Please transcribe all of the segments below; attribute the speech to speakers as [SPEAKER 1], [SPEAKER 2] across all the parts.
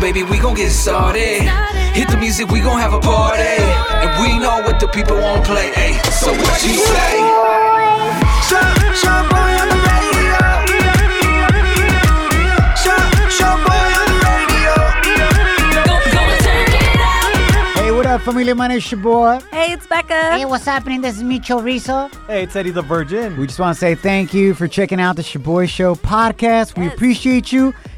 [SPEAKER 1] baby, we gon' get started. Hit the music, we gon' have a party. And we know what the people won't play. Ay, so what you say?
[SPEAKER 2] Hey, what up, Familia Man? It's your boy.
[SPEAKER 3] Hey, it's Becca.
[SPEAKER 4] Hey, what's happening? This is Micho Rizzo.
[SPEAKER 5] Hey, it's Eddie the Virgin.
[SPEAKER 2] We just want to say thank you for checking out the Shaboy Show podcast. We appreciate you.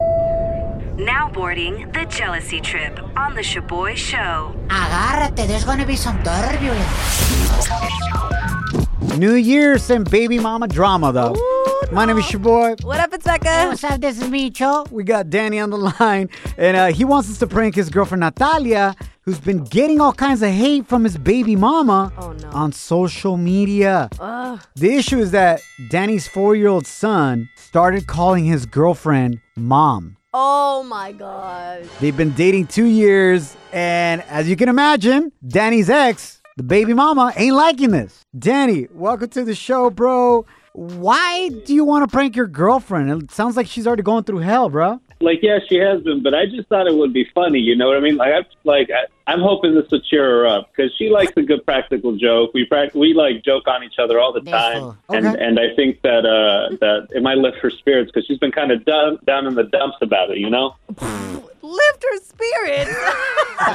[SPEAKER 6] Now boarding the jealousy trip on the Shaboy Show.
[SPEAKER 4] Agárrate, there's gonna be some turbulence.
[SPEAKER 2] New Year's and baby mama drama, though. My name is your boy.
[SPEAKER 3] What up, it's
[SPEAKER 4] Hey,
[SPEAKER 3] Becca?
[SPEAKER 4] what's up? This is Micho.
[SPEAKER 2] We got Danny on the line, and uh, he wants us to prank his girlfriend Natalia, who's been getting all kinds of hate from his baby mama
[SPEAKER 3] Oh, no.
[SPEAKER 2] on social media.
[SPEAKER 3] Ugh.
[SPEAKER 2] The issue is that Danny's four year old son started calling his girlfriend mom.
[SPEAKER 3] Oh my god.
[SPEAKER 2] They've been dating two years, and as you can imagine, Danny's ex, the baby mama, ain't liking this. Danny, welcome to the show, bro. Why do you want to prank your girlfriend? It sounds like she's already going through hell, bro.
[SPEAKER 7] Like, yeah, she has been, but I just thought it would be funny. You know what I mean? Like, I'm like, I, I'm hoping this will cheer her up because she likes a good practical joke. We prac we like joke on each other all the time,
[SPEAKER 2] Okay.
[SPEAKER 7] and and I think that uh that it might lift her spirits because she's been kind of down down in the dumps about it. You know?
[SPEAKER 3] Lift her spirit.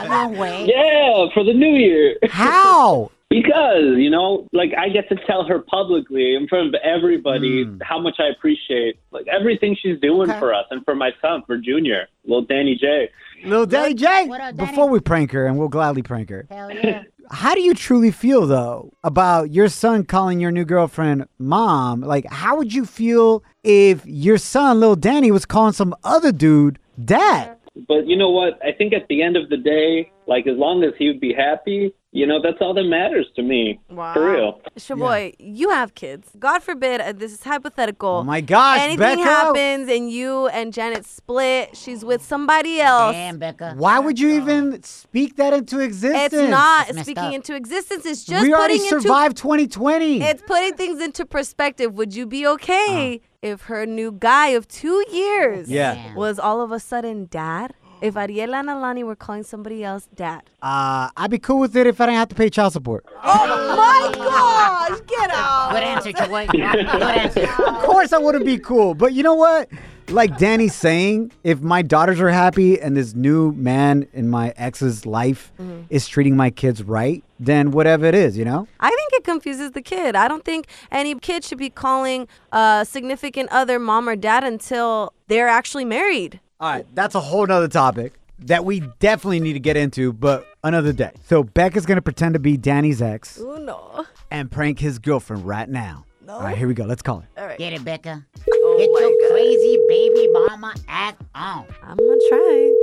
[SPEAKER 4] No way.
[SPEAKER 7] Yeah, for the new year.
[SPEAKER 2] How?
[SPEAKER 7] Because, you know, like I get to tell her publicly in front of everybody how much I appreciate like everything she's doing for us and for my son, for Junior, little Danny J.
[SPEAKER 2] Little Daddy J,
[SPEAKER 4] what up, Danny?
[SPEAKER 2] before we prank her, and we'll gladly prank her,
[SPEAKER 4] Hell yeah.
[SPEAKER 2] how do you truly feel though about your son calling your new girlfriend mom? Like, how would you feel if your son, little Danny, was calling some other dude dad?
[SPEAKER 7] But you know what? I think at the end of the day, like as long as he would be happy, you know, that's all that matters to me.
[SPEAKER 3] Wow.
[SPEAKER 7] For real.
[SPEAKER 3] Shaboy, you have kids. God forbid, uh, this is hypothetical.
[SPEAKER 2] Oh my gosh,
[SPEAKER 3] Anything
[SPEAKER 2] Becca!
[SPEAKER 3] happens and you and Janet split, she's with somebody else.
[SPEAKER 4] Damn, Becca.
[SPEAKER 2] Why would you even speak that into existence?
[SPEAKER 3] It's not
[SPEAKER 4] That's messed
[SPEAKER 3] speaking
[SPEAKER 4] up.
[SPEAKER 3] into existence. It's just
[SPEAKER 2] we already
[SPEAKER 3] putting into
[SPEAKER 2] survived 2020.
[SPEAKER 3] It's putting things into perspective. Would you be okay if her new guy of two years
[SPEAKER 2] Yeah.
[SPEAKER 3] was all of a sudden dad? If Ariela and Alani were calling somebody else dad.
[SPEAKER 2] Uh, I'd be cool with it if I didn't have to pay child support.
[SPEAKER 3] Oh my gosh, get out.
[SPEAKER 4] Good answer, Chavoy. Good answer.
[SPEAKER 2] Of course, I wouldn't be cool. But you know what? Like Danny's saying, if my daughters are happy and this new man in my ex's life is treating my kids right, then whatever it is, you know?
[SPEAKER 3] I think it confuses the kid. I don't think any kid should be calling a significant other mom or dad until they're actually married.
[SPEAKER 2] All right, that's a whole nother topic that we definitely need to get into, but another day. So Becca's gonna pretend to be Danny's ex
[SPEAKER 3] Oh no.
[SPEAKER 2] and prank his girlfriend right now. All right, here we go. Let's call her.
[SPEAKER 4] Get it, Becca.
[SPEAKER 3] Oh
[SPEAKER 4] Get your crazy baby mama act on.
[SPEAKER 3] I'm gonna try.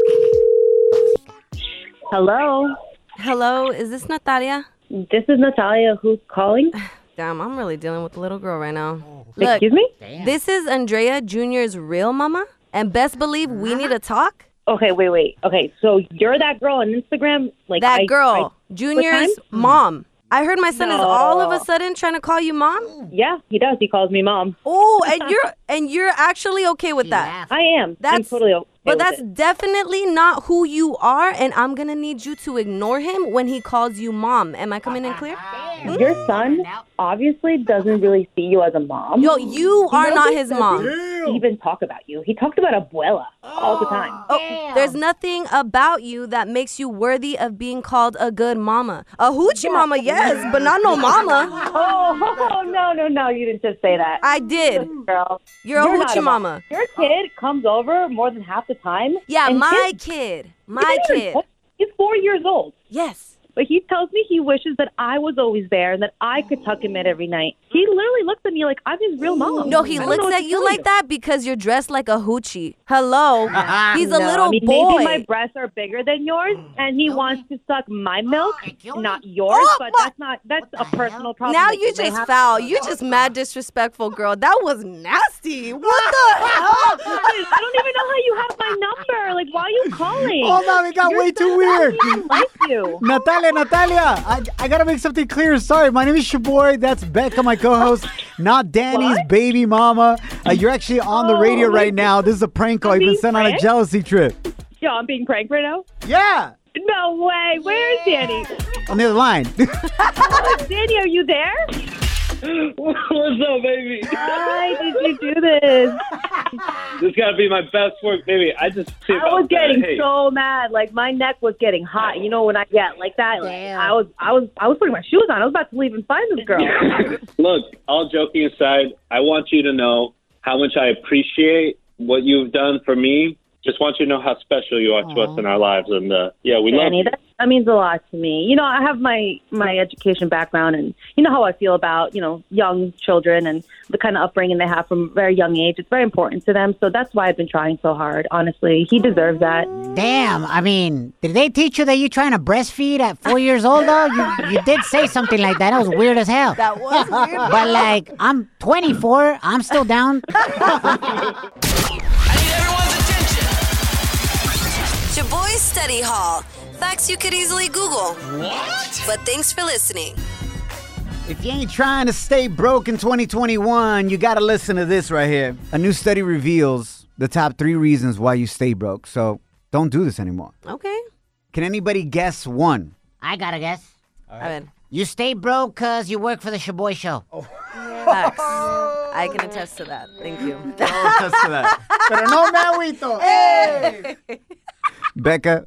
[SPEAKER 8] Hello,
[SPEAKER 3] Hello, is this Natalia?
[SPEAKER 8] this is Natalia. Who's calling?
[SPEAKER 3] Damn, I'm really dealing with the little girl right now. Look,
[SPEAKER 8] Excuse me.
[SPEAKER 4] Damn.
[SPEAKER 3] This is Andrea Jr.'s real mama, and best believe we need to
[SPEAKER 8] Uh-huh.
[SPEAKER 3] talk.
[SPEAKER 8] Okay, wait, wait. Okay, so you're that girl on Instagram, like
[SPEAKER 3] That
[SPEAKER 8] I- Hmm.
[SPEAKER 3] girl, Junior's mom. I heard my son is all of a sudden trying to call you mom.
[SPEAKER 8] I- yeah, he does. He calls me mom.
[SPEAKER 3] Oh, and you're and you're actually okay with
[SPEAKER 4] She
[SPEAKER 3] that.
[SPEAKER 4] laughed.
[SPEAKER 8] I am. I'm
[SPEAKER 3] That's-
[SPEAKER 8] totally okay.
[SPEAKER 3] But
[SPEAKER 8] with
[SPEAKER 3] that's
[SPEAKER 8] it.
[SPEAKER 3] definitely not who you are, and I'm gonna need you to ignore him when he calls you mom. Am I coming in clear?
[SPEAKER 8] your son. Obviously, doesn't really see you as a mom.
[SPEAKER 3] Yo, you are not his mom.
[SPEAKER 8] even talk about you. He talked about abuela all the time.
[SPEAKER 3] Oh, there's nothing about you that makes you worthy of being called a good mama. A hoochie mama, yes, but not no mama.
[SPEAKER 8] Oh, no, no, no! You didn't just say that,
[SPEAKER 3] I did.
[SPEAKER 8] girl.
[SPEAKER 3] You're, a
[SPEAKER 8] not
[SPEAKER 3] hoochie
[SPEAKER 8] mom.
[SPEAKER 3] mama.
[SPEAKER 8] Your kid comes over more than half the time.
[SPEAKER 3] Yeah,
[SPEAKER 8] and
[SPEAKER 3] my
[SPEAKER 8] kids-
[SPEAKER 3] kid. My kid.
[SPEAKER 8] He's four years old.
[SPEAKER 3] Yes.
[SPEAKER 8] But he tells me he wishes that I was always there and that I could tuck him in every night. He literally looks at me like I'm his real mom.
[SPEAKER 3] No, he
[SPEAKER 8] I don't know
[SPEAKER 3] looks
[SPEAKER 8] what
[SPEAKER 3] at
[SPEAKER 8] to
[SPEAKER 3] you
[SPEAKER 8] tell
[SPEAKER 3] like that because you're dressed like a hoochie. Hello, he's a
[SPEAKER 8] No,
[SPEAKER 3] little
[SPEAKER 8] I mean,
[SPEAKER 3] boy.
[SPEAKER 8] Maybe my breasts are bigger than yours, and he wants to suck my milk,
[SPEAKER 4] Excuse me?
[SPEAKER 8] not yours.
[SPEAKER 3] Oh,
[SPEAKER 8] but
[SPEAKER 3] my-
[SPEAKER 8] that's not that's
[SPEAKER 4] What
[SPEAKER 8] a
[SPEAKER 4] the
[SPEAKER 8] personal
[SPEAKER 4] hell?
[SPEAKER 8] problem.
[SPEAKER 3] now
[SPEAKER 8] that
[SPEAKER 3] you
[SPEAKER 8] may
[SPEAKER 3] just
[SPEAKER 8] have.
[SPEAKER 3] foul. You just mad disrespectful, girl. That was nasty. What the hell?
[SPEAKER 8] I don't even know how you have my number. Like, why are you calling?
[SPEAKER 3] Oh,
[SPEAKER 2] Hold on, Oh, it got
[SPEAKER 8] You're
[SPEAKER 2] way
[SPEAKER 8] so
[SPEAKER 2] too weird.
[SPEAKER 8] nasty. I like you.
[SPEAKER 2] Natalia, Natalia, I, I gotta make something clear. Sorry, my name is Shaboy. That's Becca, my co-host, not Danny's baby mama. Uh, you're actually on the radio
[SPEAKER 8] Oh,
[SPEAKER 2] right
[SPEAKER 8] wait.
[SPEAKER 2] now. This is a prank call.
[SPEAKER 8] I'm
[SPEAKER 2] You've been
[SPEAKER 8] being
[SPEAKER 2] sent on a
[SPEAKER 8] pranked?
[SPEAKER 2] jealousy trip.
[SPEAKER 8] Yo, I'm being pranked right now.
[SPEAKER 2] Yeah,
[SPEAKER 8] No way. Where is Danny?
[SPEAKER 2] on the other line.
[SPEAKER 8] Danny, are you there?
[SPEAKER 7] What's up, baby?
[SPEAKER 8] Why did you do this?
[SPEAKER 7] this gotta be my best work, baby. I just see
[SPEAKER 8] I was getting so mad. Like my neck was getting hot. You know when I get like that, like,
[SPEAKER 4] Damn.
[SPEAKER 8] I was I was I was putting my shoes on. I was about to leave and find this girl.
[SPEAKER 7] Look, all joking aside, I want you to know how much I appreciate what you've done for me. Just want you to know how special you are to us in our lives, and uh, yeah, we love
[SPEAKER 8] Danny,
[SPEAKER 7] you.
[SPEAKER 8] that, that means a lot to me. You know, I have my my education background, and you know how I feel about you know young children and the kind of upbringing they have from a very young age. It's very important to them, so that's why I've been trying so hard. Honestly, he deserves that.
[SPEAKER 4] Damn, I mean, did they teach you that you're trying to breastfeed at four years old, though? You, you did say something like that. That was weird as hell.
[SPEAKER 3] That was weird.
[SPEAKER 4] But, like, I'm 24. I'm still down.
[SPEAKER 6] Shaboy Study Hall. Facts you could easily Google. What? But thanks for listening.
[SPEAKER 2] If you ain't trying to stay broke in 2021, you got to listen to this right here. A new study reveals the top three reasons why you stay broke. So don't do this anymore.
[SPEAKER 3] okay.
[SPEAKER 2] Can anybody guess one?
[SPEAKER 4] I gotta guess.
[SPEAKER 3] I mean,
[SPEAKER 4] You stay broke because you work for the Shaboy Show.
[SPEAKER 3] facts. I can attest to that. Thank you.
[SPEAKER 2] Pero no me agüito. Becca,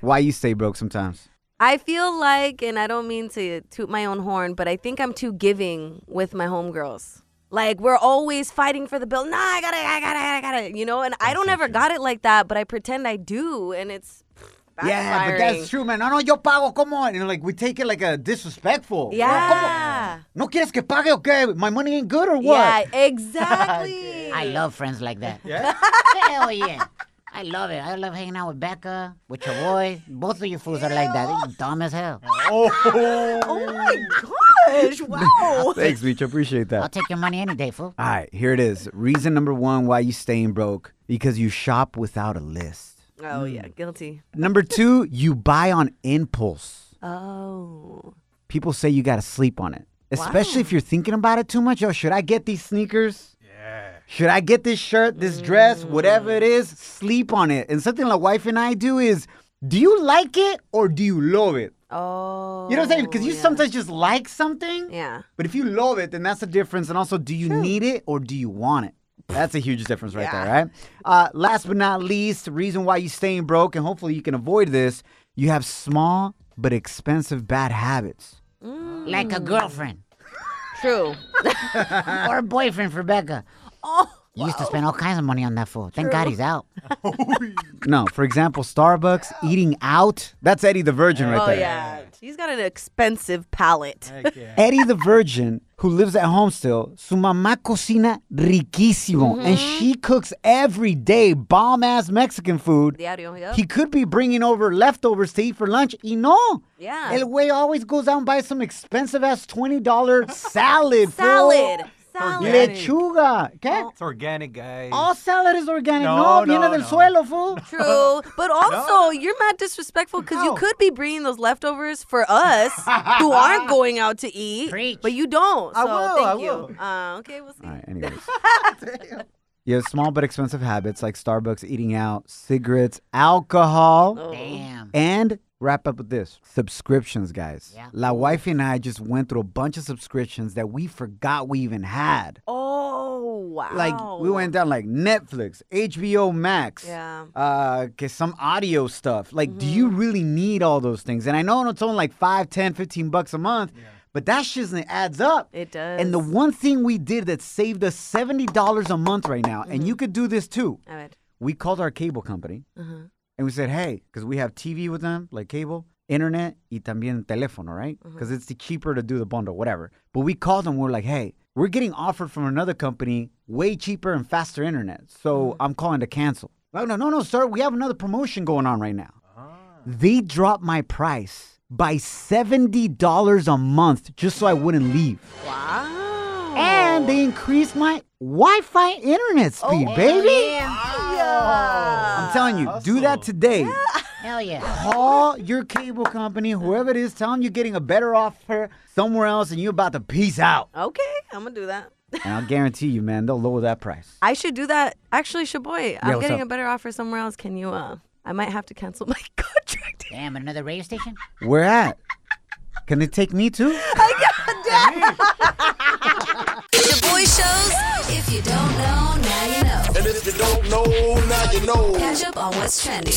[SPEAKER 2] why you stay broke sometimes?
[SPEAKER 3] I feel like, and I don't mean to toot my own horn, but I think I'm too giving with my homegirls. Like we're always fighting for the bill. Nah, I got it, I got it, I got it. You know, and I don't ever got it like that, but I pretend I do, and it's
[SPEAKER 2] Yeah, but
[SPEAKER 3] backfiring.
[SPEAKER 2] that's true, man. No, no, yo pago, come on. You know, like we take it like a disrespectful.
[SPEAKER 3] Yeah.
[SPEAKER 2] No quieres que pague, okay? My money ain't good or
[SPEAKER 3] Yeah,
[SPEAKER 2] what?
[SPEAKER 3] exactly.
[SPEAKER 4] I love friends like that. Yeah? Hell yeah. I love it. I love hanging out with Becca, with your boy. Both of you fools are like that. You're dumb as hell.
[SPEAKER 3] oh my gosh. Wow.
[SPEAKER 2] Thanks, Beach. Appreciate that.
[SPEAKER 4] I'll take your money any day, fool.
[SPEAKER 2] All right, here it is. Reason number one why you staying broke because you shop without a list.
[SPEAKER 3] oh yeah, guilty.
[SPEAKER 2] Number two, you buy on impulse.
[SPEAKER 3] Oh.
[SPEAKER 2] People say you gotta sleep on it, especially if you're thinking about it too much. Yo, should I get these sneakers? Yeah. Should I get this shirt, this dress, whatever it is?
[SPEAKER 3] Mm.
[SPEAKER 2] Sleep on it. And something my wife and I do is, do you like it or do you love it?
[SPEAKER 3] Oh.
[SPEAKER 2] You know what I'm saying? Because you
[SPEAKER 3] yeah.
[SPEAKER 2] sometimes just like something.
[SPEAKER 3] Yeah.
[SPEAKER 2] But if you love it, then that's the difference. And also, do you need it or do you want it? That's a huge difference right there, right? Uh, last but not least, reason why you staying broke, and hopefully you can avoid this, you have small but expensive bad habits.
[SPEAKER 4] Like a girlfriend
[SPEAKER 3] True.
[SPEAKER 4] or a boyfriend for Becca. You used to spend all kinds of money on that fool. Thank God he's out.
[SPEAKER 2] No, for example, Starbucks, eating out. That's Eddie the Virgin right
[SPEAKER 3] oh
[SPEAKER 2] there.
[SPEAKER 3] yeah. She's got an expensive palate.
[SPEAKER 2] Eddie the Virgin, who lives at home still, su mamá cocina riquísimo. And
[SPEAKER 3] Mm-hmm.
[SPEAKER 2] she cooks every day bomb ass Mexican food.
[SPEAKER 3] Diario, yep.
[SPEAKER 2] He could be bringing over leftovers to eat for lunch. Y no.
[SPEAKER 3] Yeah.
[SPEAKER 2] El güey always goes out and buys some expensive ass $20 salad. fool.
[SPEAKER 3] Salad. Salad.
[SPEAKER 2] Lechuga. ¿Qué?
[SPEAKER 5] It's organic, guys.
[SPEAKER 2] All salad is organic. No,
[SPEAKER 5] No,
[SPEAKER 2] viene
[SPEAKER 5] no,
[SPEAKER 2] del
[SPEAKER 5] no.
[SPEAKER 2] suelo, fool.
[SPEAKER 3] True, but also you're mad disrespectful because you could be bringing those leftovers for us who aren't going out to eat,
[SPEAKER 4] Preach.
[SPEAKER 3] but you don't. So
[SPEAKER 2] I will,
[SPEAKER 3] thank
[SPEAKER 2] I
[SPEAKER 3] you. Uh, okay, we'll see.
[SPEAKER 2] All right, anyways. You have small but expensive habits like Starbucks, eating out, cigarettes, alcohol.
[SPEAKER 3] Oh.
[SPEAKER 4] Damn.
[SPEAKER 2] And wrap up with this subscriptions, guys.
[SPEAKER 4] Yeah.
[SPEAKER 2] La wife and I just went through a bunch of subscriptions that we forgot we even had.
[SPEAKER 3] Oh wow!
[SPEAKER 2] Like we went down like Netflix, HBO Max,
[SPEAKER 3] Yeah. Mm-hmm.
[SPEAKER 2] uh, get some audio stuff. Like, do you really need all those things? And I know it's only like five, ten, fifteen bucks a month, but that shit adds up.
[SPEAKER 3] It does.
[SPEAKER 2] And the one thing we did that saved us seventy dollars a month right now,
[SPEAKER 3] Mm-hmm.
[SPEAKER 2] and you could do this too.
[SPEAKER 3] I went,
[SPEAKER 2] We called our cable company, and we said, "Hey, because we have TV with them, like cable." internet y también teléfono, right? Because it's the cheaper to do the bundle, whatever. But we called them. We're like, hey, we're getting offered from another company way cheaper and faster internet. So I'm calling to cancel. No, no, no, no, sir. We have another promotion going on right now. They dropped my price by $70 a month just so I wouldn't leave.
[SPEAKER 3] Wow.
[SPEAKER 2] And they increased my Wi-Fi internet speed, baby. I'm telling you, do that today.
[SPEAKER 4] Hell yeah.
[SPEAKER 2] Call your cable company, whoever it is, tell them you're getting a better offer somewhere else and you're about to peace out.
[SPEAKER 3] Okay, I'm gonna do that.
[SPEAKER 2] And I'll guarantee you, man, they'll lower that price.
[SPEAKER 3] I should do that. Actually, Shaboy, I'm
[SPEAKER 2] what's
[SPEAKER 3] getting
[SPEAKER 2] up?
[SPEAKER 3] a better offer somewhere else. Can you? Uh, I might have to cancel my contract.
[SPEAKER 4] Damn, another radio station?
[SPEAKER 2] Where at? Can they take me too?
[SPEAKER 6] The boy shows. If you don't know, now you know.
[SPEAKER 9] And if you don't know, now you know.
[SPEAKER 6] Catch up on what's trending.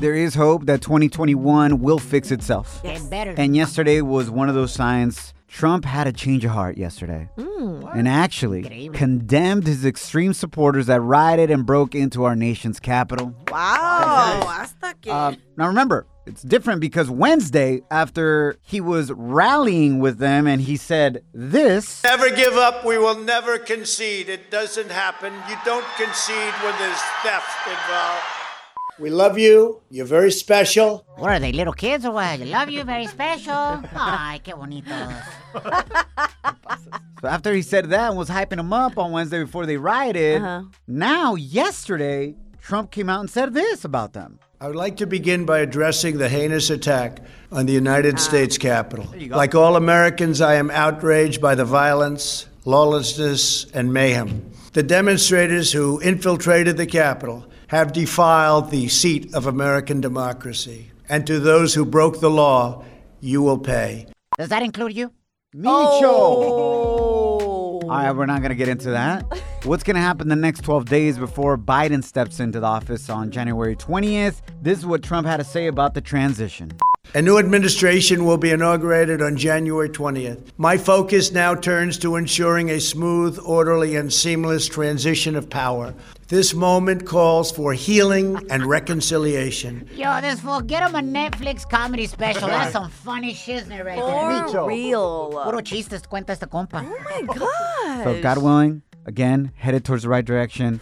[SPEAKER 2] There is hope that 2021 will fix itself.
[SPEAKER 4] Get better.
[SPEAKER 2] And yesterday was one of those signs. Trump had a change of heart yesterday
[SPEAKER 3] Mm.
[SPEAKER 2] and actually
[SPEAKER 4] Increíble.
[SPEAKER 2] condemned his extreme supporters that rioted and broke into our nation's capital.
[SPEAKER 3] Wow. Hasta que.
[SPEAKER 2] Um, now remember, it's different because Wednesday, after he was rallying with them and he said this,
[SPEAKER 9] Never give up. We will never concede. It doesn't happen. You don't concede when there's theft involved. We love you. You're very special.
[SPEAKER 4] What are they, little kids or what? I love you, very special. Ay, qué bonitos.
[SPEAKER 2] so after he said that and was hyping them up on Wednesday before they rioted,
[SPEAKER 3] Uh-huh.
[SPEAKER 2] now yesterday, Trump came out and said this about them.
[SPEAKER 9] I would like to begin by addressing the heinous attack on the United States Capitol. Like all Americans, I am outraged by the violence, lawlessness, and mayhem. The demonstrators who infiltrated the Capitol have defiled the seat of American democracy. And to those who broke the law, you will pay.
[SPEAKER 4] Does that include you?
[SPEAKER 2] Micho!
[SPEAKER 3] Oh.
[SPEAKER 2] All right, we're not going to get into that. What's going to happen the next 12 days before Biden steps into the office on January 20th? This is what Trump had to say about the transition.
[SPEAKER 9] A new administration will be inaugurated on January 20th. My focus now turns to ensuring a smooth, orderly, and seamless transition of power. This moment calls for healing and reconciliation.
[SPEAKER 4] Yo, this fool, get him a Netflix comedy special. That's some funny shiznit right there.
[SPEAKER 3] For real.
[SPEAKER 4] Puro chistes cuenta este compa.
[SPEAKER 3] Oh my god.
[SPEAKER 2] So, God willing, again, headed towards the right direction.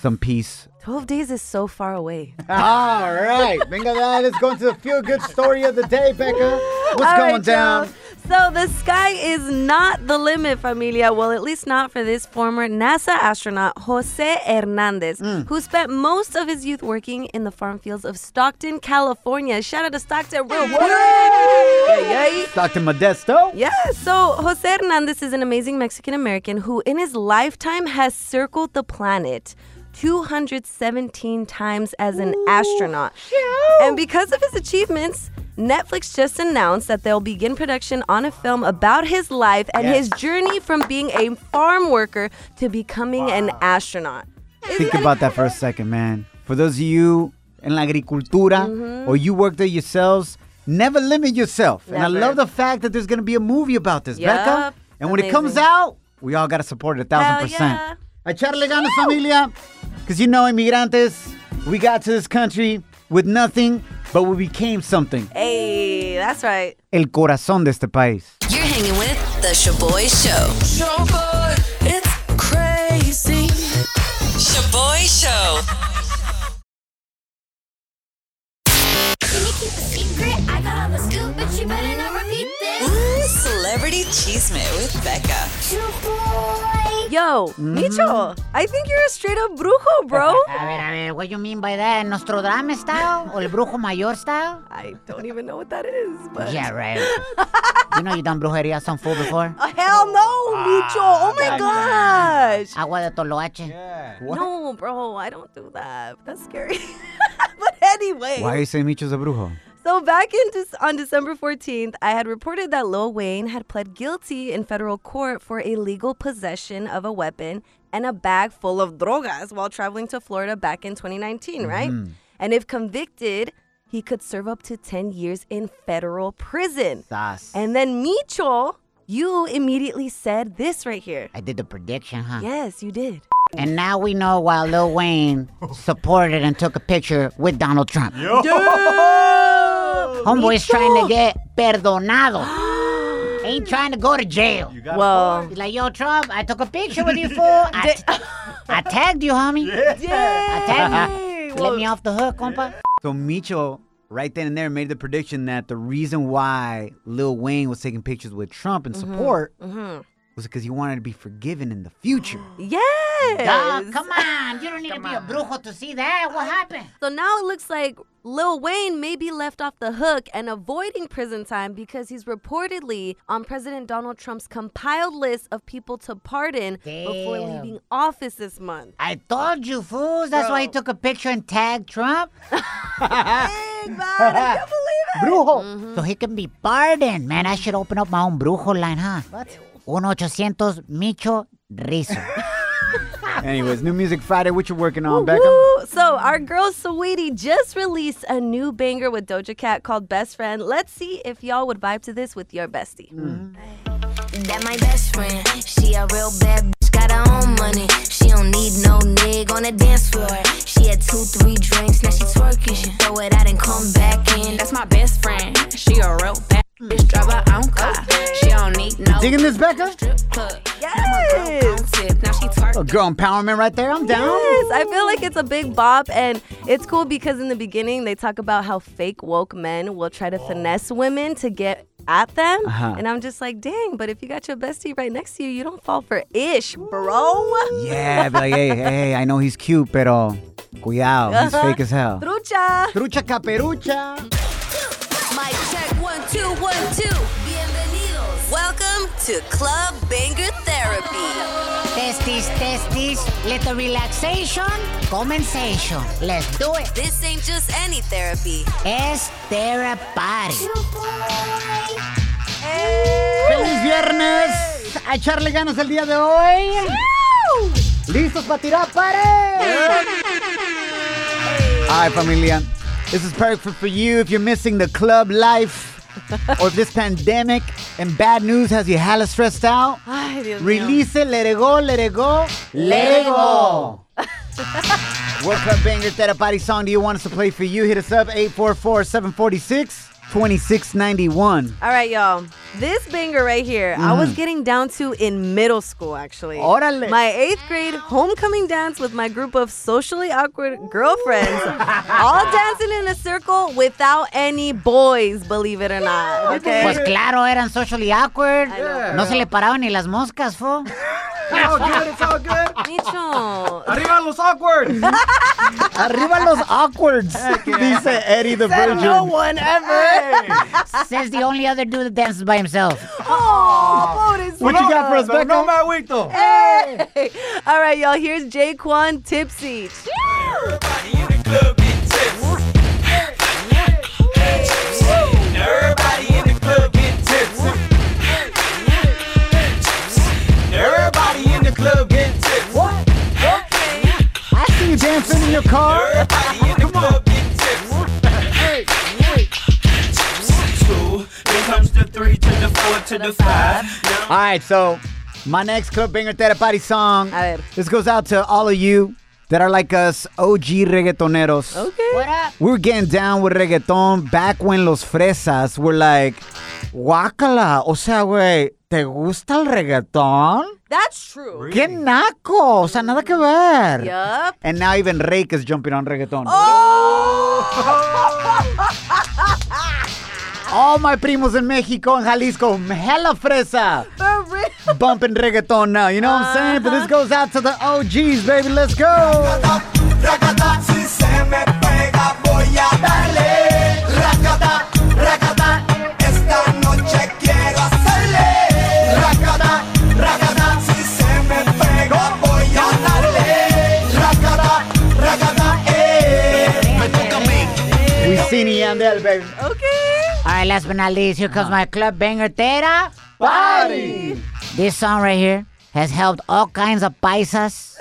[SPEAKER 2] Some peace.
[SPEAKER 3] 12 days is so far away.
[SPEAKER 2] All right. Venga, that is going to the feel good story of the day, Becca. What's
[SPEAKER 3] All
[SPEAKER 2] going
[SPEAKER 3] right,
[SPEAKER 2] down?
[SPEAKER 3] Joe. So the sky is not the limit, familia. Well, at least not for this former NASA astronaut Jose Hernandez,
[SPEAKER 2] Hmm.
[SPEAKER 3] who spent most of his youth working in the farm fields of Stockton, California. Shout out to Stockton, real good. Yeah, yeah.
[SPEAKER 2] Dr. Modesto.
[SPEAKER 3] Yeah, so Jose Hernandez is an amazing Mexican American who, in his lifetime, has circled the planet 217 times as an astronaut. And because of his achievements, Netflix just announced that they'll begin production on a film about his life and his journey from being a farm worker to becoming an astronaut.
[SPEAKER 2] Think about that for a second, man. For those of you in la agricultura
[SPEAKER 3] Mm-hmm.
[SPEAKER 2] or you work there yourselves, never limit yourself. And I
[SPEAKER 3] Never.
[SPEAKER 2] love the fact that there's going to be a movie about this,
[SPEAKER 3] Yup.
[SPEAKER 2] Becca. And when it comes
[SPEAKER 3] Amazing.
[SPEAKER 2] out, we all got to support it a
[SPEAKER 3] Hell
[SPEAKER 2] thousand percent.
[SPEAKER 3] yeah.
[SPEAKER 2] Echarle ganas, familia. Because you know, emigrantes, we got to this country with nothing, but we became something.
[SPEAKER 3] Hey, that's right.
[SPEAKER 2] El corazón de este país.
[SPEAKER 6] You're hanging with The Shaboy Show. Shaboy, it's crazy. Shaboy Show. Ooh, Celebrity Cheesemate with Becca.
[SPEAKER 3] Yo, Micho, I think you're a straight up brujo, bro.
[SPEAKER 4] A ver, a ver, what you mean by that? Nostradamus style? ¿O el brujo mayor style?
[SPEAKER 3] I don't even know what that is, but.
[SPEAKER 4] Yeah, right. you know you done brujería some fool before?
[SPEAKER 3] Oh, hell no, Micho. Oh my gosh.
[SPEAKER 4] Agua de toloache.
[SPEAKER 3] No, bro, I don't do that. That's scary. but anyway.
[SPEAKER 2] Why you say Micho's a brujo?
[SPEAKER 3] So back in Dec- on December 14th, I had reported that Lil Wayne had pled guilty in federal court for illegal possession of a weapon and a bag full of drogas while traveling to Florida back in 2019, right?
[SPEAKER 4] Mm-hmm.
[SPEAKER 3] And if convicted, he could serve up to 10 years in federal prison.
[SPEAKER 4] Sas.
[SPEAKER 3] And then Micho, you immediately said this right here.
[SPEAKER 4] I did the prediction, huh?
[SPEAKER 3] Yes, you did.
[SPEAKER 4] And now we know why Lil Wayne supported and took a picture with Donald Trump.
[SPEAKER 3] Dude!
[SPEAKER 4] Homeboy's trying to get perdonado. Ain't trying to go to jail.
[SPEAKER 3] Well,
[SPEAKER 4] He's like, yo, Trump, I took a picture with you, fool. I, t- I tagged you, homie. I tagged you.
[SPEAKER 3] Hey,
[SPEAKER 4] Let
[SPEAKER 3] well,
[SPEAKER 4] me off the hook, compa.
[SPEAKER 2] So Micho, right then and there, made the prediction that the reason why Lil Wayne was taking pictures with Trump in
[SPEAKER 3] Mm-hmm,
[SPEAKER 2] support was because he wanted to be forgiven in the future.
[SPEAKER 3] yes.
[SPEAKER 4] Dog, come on. You don't need to be a brujo to see that. What happened?
[SPEAKER 3] So now it looks like Lil Wayne may be left off the hook and avoiding prison time because he's reportedly on President Donald Trump's compiled list of people to pardon before
[SPEAKER 4] Damn.
[SPEAKER 3] leaving office this month.
[SPEAKER 4] I told you, fools. That's why he took a picture and tagged Trump.
[SPEAKER 3] Big man, I can't believe it.
[SPEAKER 4] Brujo. So he can be pardoned. Man, I should open up my own brujo line, huh? What? 1-800 Micho Rizzo.
[SPEAKER 2] Anyways, new music Friday. What you working on, Beckham?
[SPEAKER 3] Woo! So our girl Saweetie just released a new banger with Doja Cat called Best Friend. Let's see if y'all would vibe to this with your bestie.
[SPEAKER 10] That my best friend. She a real bad bitch, got her own money. She don't need no nigga on the dance floor. She had two, three drinks, now she twerking. She throw it out and come back in. That's my best friend. She a real bad bitch, drive her own car. She don't need no
[SPEAKER 2] Digging this, Becca?
[SPEAKER 10] strip club.
[SPEAKER 3] Yes.
[SPEAKER 10] Now she twerking.
[SPEAKER 2] Oh, girl empowerment right there. I'm down.
[SPEAKER 3] Yes, I feel like it's a big bop, and it's cool because in the beginning they talk about how fake woke men will try to finesse women to get at them,
[SPEAKER 2] Uh-huh.
[SPEAKER 3] and I'm just like, dang! But if you got your bestie right next to you, you don't fall for ish, bro.
[SPEAKER 2] Yeah, be like, hey, hey, I know he's cute, pero cuidado, he's fake as hell.
[SPEAKER 3] Trucha.
[SPEAKER 2] Trucha caperucha.
[SPEAKER 6] Mic check one, two, one, two. Bienvenidos. Welcome to Club Banger Therapy.
[SPEAKER 4] Testis, testis, little relaxation, compensation. Let's do it.
[SPEAKER 6] This ain't just any therapy.
[SPEAKER 4] Es therapy.
[SPEAKER 2] Feliz viernes. A echarle ganas el día de hoy. Listos para tirar pared. All right, familia. This is perfect for you if you're missing the club life. or if this pandemic and bad news has you hella stressed out,
[SPEAKER 3] Ay, Dios mío.
[SPEAKER 2] Release it, let it go, let it go, let it go. what Club Banger Theta Party song do you want us to play for you? Hit us up 844 746 2691.
[SPEAKER 3] All right, y'all. This banger right here, I was getting down to in middle school, actually.
[SPEAKER 2] Mm. Órale.
[SPEAKER 3] My eighth grade homecoming dance with my group of socially awkward girlfriends, all dancing in a circle without any boys, believe it or not. Okay.
[SPEAKER 4] Pues claro, eran socially awkward. No se le paraban ni las moscas, fo.
[SPEAKER 5] It's all good. It's all good.
[SPEAKER 3] Nicho.
[SPEAKER 5] Arriba los awkward.
[SPEAKER 2] Arriba los awkwards, dice Eddie the Virgin.
[SPEAKER 3] one ever.
[SPEAKER 4] Says the only other dude that dances by himself.
[SPEAKER 2] What you got for us, Becca?
[SPEAKER 5] No, my huevito.
[SPEAKER 3] Hey. All right, y'all. Here's Jaquan Tipsy.
[SPEAKER 2] I see you dancing in your car. All right, so my next Club Banger Theta Party song.
[SPEAKER 3] A ver.
[SPEAKER 2] This goes out to all of you that are like us, OG reggaetoneros.
[SPEAKER 3] Okay.
[SPEAKER 4] What up?
[SPEAKER 2] We were getting down with reggaeton back when los fresas were like, guacala, o sea, güey, ¿te gusta el reggaeton?
[SPEAKER 3] That's true.
[SPEAKER 2] ¡Qué naco! O sea, nada que ver.
[SPEAKER 3] Yup.
[SPEAKER 2] And now even Rake is jumping on reggaeton.
[SPEAKER 3] Oh!
[SPEAKER 2] All my primos in Mexico and Jalisco, hella fresa,
[SPEAKER 3] For real. Uh-huh.
[SPEAKER 2] bumping reggaeton now. You know what I'm saying? But this goes out to the OGs, baby. Let's go.
[SPEAKER 1] eh.
[SPEAKER 2] We seen it and there, baby.
[SPEAKER 3] Okay.
[SPEAKER 4] All right, last but not least, here comes my club banger Tera. Party! This song right here has helped all kinds of paisas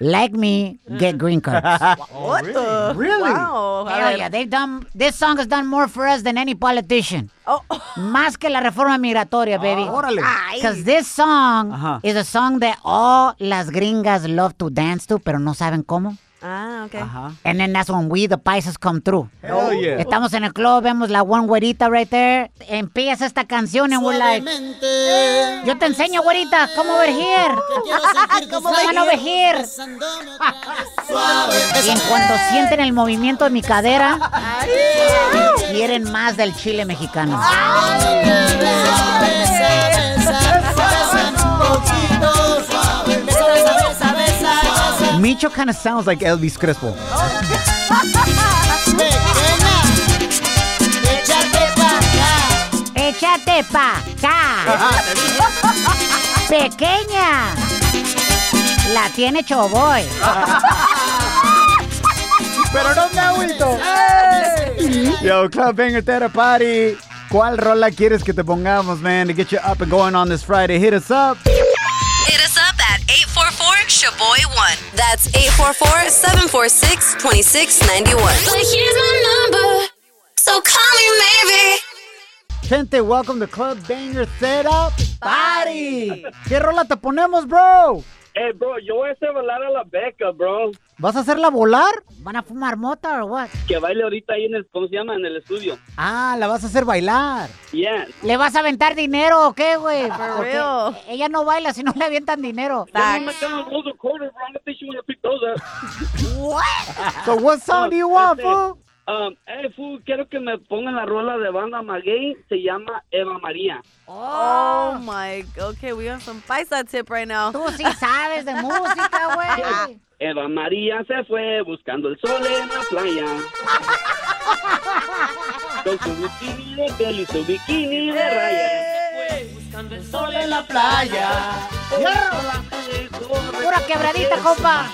[SPEAKER 4] like me get green cards.
[SPEAKER 2] Really?
[SPEAKER 3] Oh, Wow. A
[SPEAKER 4] Hell
[SPEAKER 3] ver.
[SPEAKER 4] yeah, they've done. This song has done more for us than any politician.
[SPEAKER 3] Oh.
[SPEAKER 4] Más que la reforma migratoria, baby.
[SPEAKER 2] Órale.
[SPEAKER 4] Because this song
[SPEAKER 2] Ajá.
[SPEAKER 4] is a song that all las gringas love to dance to, pero no saben cómo.
[SPEAKER 3] Ah, okay.
[SPEAKER 2] Ajá.
[SPEAKER 4] And then that's when we, the paisas, come through.
[SPEAKER 2] Hell yeah.
[SPEAKER 4] Estamos en el club, vemos la one güerita right there. Empieza esta canción and we're like, yo te enseño, güerita, come over here.
[SPEAKER 11] tus
[SPEAKER 4] Come on
[SPEAKER 11] labios
[SPEAKER 4] over here. Y en cuanto sienten el movimiento de mi cadera, quieren más del chile mexicano.
[SPEAKER 2] Micho kind of sounds like Elvis Crespo.
[SPEAKER 4] Échate pa' acá. Pequeña. La tiene Choboy.
[SPEAKER 11] Ah.
[SPEAKER 2] Pero no me agüito. Yo, Club Banger Theta Party. ¿Cuál rola quieres que te pongamos, man, to get you up and going on this Friday? Hit us up.
[SPEAKER 6] Hit us up at 844 Shaboy 1. That's 844 746 2691. here's my number. So call me maybe.
[SPEAKER 2] Gente, welcome to Club Banger Theta Party. ¿Qué rola te ponemos, bro?
[SPEAKER 7] Hey, bro, yo voy a hacer volar a la beca, bro.
[SPEAKER 2] ¿Vas a hacerla volar?
[SPEAKER 4] ¿Van a fumar mota o what?
[SPEAKER 7] Que baile ahorita ahí en el, ¿cómo se llama? En el estudio.
[SPEAKER 2] Ah, la vas a hacer bailar.
[SPEAKER 7] Yeah.
[SPEAKER 4] ¿Le vas a aventar dinero o qué, güey? Porque
[SPEAKER 7] real.
[SPEAKER 4] Ella no baila si no le avientan dinero.
[SPEAKER 7] Those are quarters, bro. I don't think you want to pick those up. Este,
[SPEAKER 2] what? So what song Oh, do you
[SPEAKER 11] Este,
[SPEAKER 2] want, fool?
[SPEAKER 7] Um, hey, fool, quiero que me pongan la rola de banda Maguey. Se llama Eva María.
[SPEAKER 3] Oh my. Okay, we have some paisa tip right now.
[SPEAKER 4] Tú sí sabes de música, güey.
[SPEAKER 7] Eva María se fue buscando el sol en la playa. Con su bikini de piel y su bikini de raya.
[SPEAKER 11] Buscando el sol en la playa.
[SPEAKER 4] Pura quebradita, compa.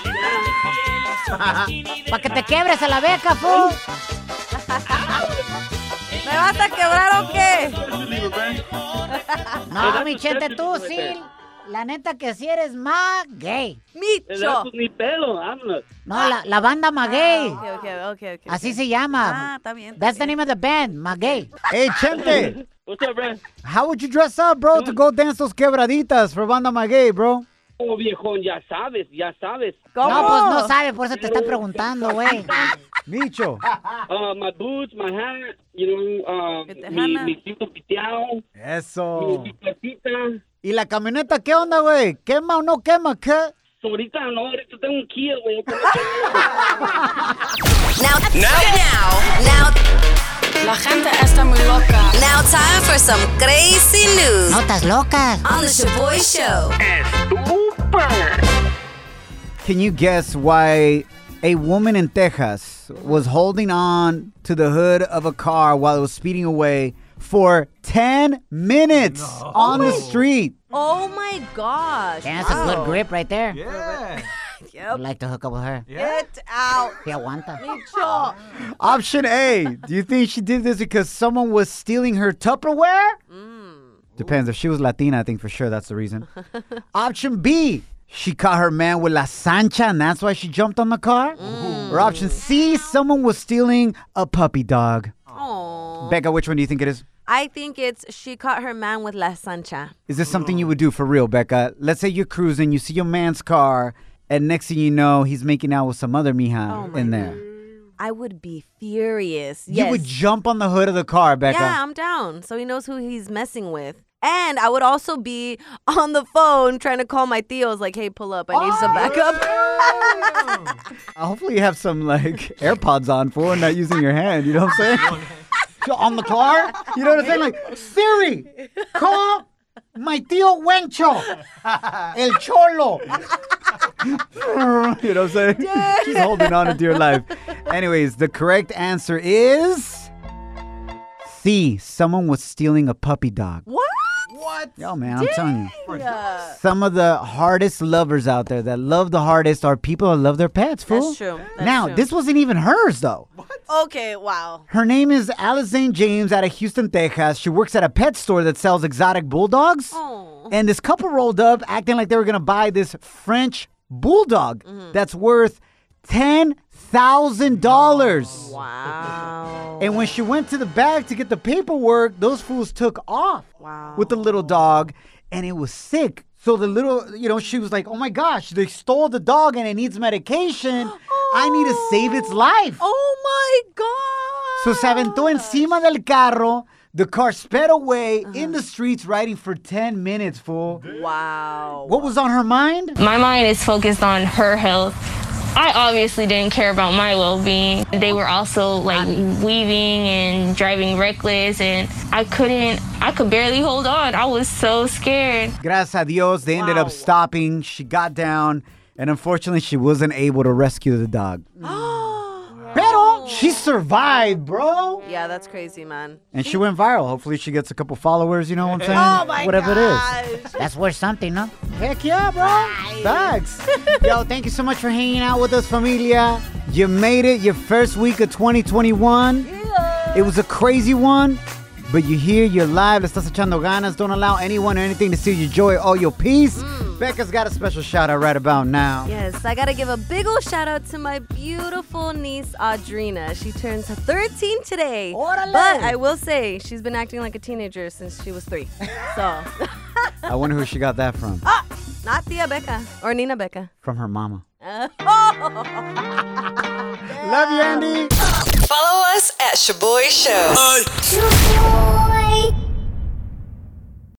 [SPEAKER 4] Pa' que te quebres a la beca, fool.
[SPEAKER 3] ¿Me vas a quebrar o qué?
[SPEAKER 4] No, mi chente, tú sí. La neta que sí eres más gay.
[SPEAKER 3] Micho.
[SPEAKER 7] Ah, pues, Ni pelo, vámonos.
[SPEAKER 4] No, la, la banda
[SPEAKER 3] Ah,
[SPEAKER 4] Maguey.
[SPEAKER 3] Okay, okay, okay, okay.
[SPEAKER 4] Así se llama.
[SPEAKER 3] Ah, está bien.
[SPEAKER 4] That's the name of the band, Maguey.
[SPEAKER 2] Hey, Chente.
[SPEAKER 7] What's up, bro?
[SPEAKER 2] How would you dress up, bro, to go dance those quebraditas for Banda Maguey, bro?
[SPEAKER 7] Oh, viejón, ya sabes, ya sabes.
[SPEAKER 4] No, pues no sabe, por eso te está preguntando, güey.
[SPEAKER 2] Micho.
[SPEAKER 7] Uh, my boots, my hat, you know, uh, mi,
[SPEAKER 2] Tejana.
[SPEAKER 7] mi pito piteado,
[SPEAKER 2] Eso.
[SPEAKER 7] mi casita.
[SPEAKER 2] ¿Y la camioneta qué onda, güey? ¿Quema o no quema? ¿Qué?
[SPEAKER 7] Ahorita no, ahorita tengo un Kia, güey.
[SPEAKER 6] Now, now, now, La gente está muy loca. Now time for some crazy news.
[SPEAKER 4] Notas locas.
[SPEAKER 6] On the Shaboy Show.
[SPEAKER 2] Can you guess why a woman in Texas was holding on to the hood of a car while it was speeding away for 10 minutes on the street?
[SPEAKER 3] Oh my gosh.
[SPEAKER 4] Yeah, that's a good
[SPEAKER 3] Wow.
[SPEAKER 4] grip right there.
[SPEAKER 3] Yep.
[SPEAKER 4] I'd like to hook up with her.
[SPEAKER 3] Get out.
[SPEAKER 4] Sí aguanta.
[SPEAKER 3] Micho.
[SPEAKER 2] Option A Do you think she did this because someone was stealing her Tupperware? Depends. If she was Latina, I think for sure that's the reason. option B She caught her man with la sancha and that's why she jumped on the car? Or option C Someone was stealing a puppy dog.
[SPEAKER 3] Aw.
[SPEAKER 2] Becca, which one do you think it is?
[SPEAKER 3] I think it's she caught her man with la sancha.
[SPEAKER 2] Is this something you would do for real, Becca? Let's say you're cruising, you see your man's car, and next thing you know, he's making out with some other
[SPEAKER 3] Oh,
[SPEAKER 2] mija
[SPEAKER 3] my
[SPEAKER 2] in there.
[SPEAKER 3] I would be furious.
[SPEAKER 2] You
[SPEAKER 3] Yes.
[SPEAKER 2] would jump on the hood of the car, Becca.
[SPEAKER 3] Yeah, I'm down. So he knows who he's messing with. And I would also be on the phone trying to call my Theos like, hey, pull up. I need some
[SPEAKER 2] Oh.
[SPEAKER 3] backup.
[SPEAKER 2] Uh, Hopefully, you have some like AirPods on for and not using your hand. You know what I'm saying? So, on the car, you know what I'm saying? Like Siri, call my tío Wencho, el cholo. you know what I'm saying? She's holding on to dear life. Anyways, the correct answer is C. Someone was stealing a puppy dog.
[SPEAKER 3] What?
[SPEAKER 5] What?
[SPEAKER 2] Yo, man, I'm telling you.
[SPEAKER 3] Yeah.
[SPEAKER 2] Some of the hardest lovers out there that love the hardest are people that love their pets, fool.
[SPEAKER 3] That's true. That's
[SPEAKER 2] now,
[SPEAKER 3] true.
[SPEAKER 2] this wasn't even hers, though.
[SPEAKER 3] Okay, wow.
[SPEAKER 2] Her name is Alizane James out of Houston, Texas. She works at a pet store that sells exotic bulldogs. And this couple rolled up acting like they were going to buy this French bulldog
[SPEAKER 3] Mm-hmm.
[SPEAKER 2] that's worth $10,000.
[SPEAKER 3] Wow.
[SPEAKER 2] And when she went to the bag to get the paperwork, those fools took off
[SPEAKER 3] Wow.
[SPEAKER 2] with the little dog, and it was sick. So the little, you know, she was like, oh my gosh, they stole the dog and it needs medication. I need to save its life.
[SPEAKER 3] Oh my God.
[SPEAKER 2] So se aventó
[SPEAKER 3] Ah.
[SPEAKER 2] encima del carro. The car sped away
[SPEAKER 3] Uh-huh.
[SPEAKER 2] in the streets riding for 10 minutes, fool.
[SPEAKER 3] Wow.
[SPEAKER 2] What was on her mind?
[SPEAKER 10] My mind is focused on her health. I obviously didn't care about my well being. They were also like weaving and driving reckless, and I couldn't, I could barely hold on. I was so scared.
[SPEAKER 2] Gracias a Dios, they ended up stopping. She got down, and unfortunately, she wasn't able to rescue the dog. Pero she survived, bro.
[SPEAKER 3] Yeah, that's crazy, man.
[SPEAKER 2] And she went viral. Hopefully, she gets a couple followers. You know what I'm saying?
[SPEAKER 3] Oh my
[SPEAKER 2] Whatever it
[SPEAKER 3] is.
[SPEAKER 4] That's worth something, no?
[SPEAKER 2] Heck yeah, bro. Thanks. Yo, thank you so much for hanging out with us, familia. You made it your first week of 2021. It was a crazy one, but you're here, you're live. Le estás echando ganas. Don't allow anyone or anything to steal your joy or your peace. Becca's got a special shout out right about now.
[SPEAKER 3] Yes, I gotta give a big ol' shout out to my beautiful niece Audrina. She turns 13 today. But I will say she's been acting like a teenager since she was three. So
[SPEAKER 2] I wonder who she got that from.
[SPEAKER 3] not Tia Becca or Nina Becca.
[SPEAKER 2] From her mama.
[SPEAKER 3] Oh.
[SPEAKER 2] Love you, Andy.
[SPEAKER 12] Follow us at Shaboy Show.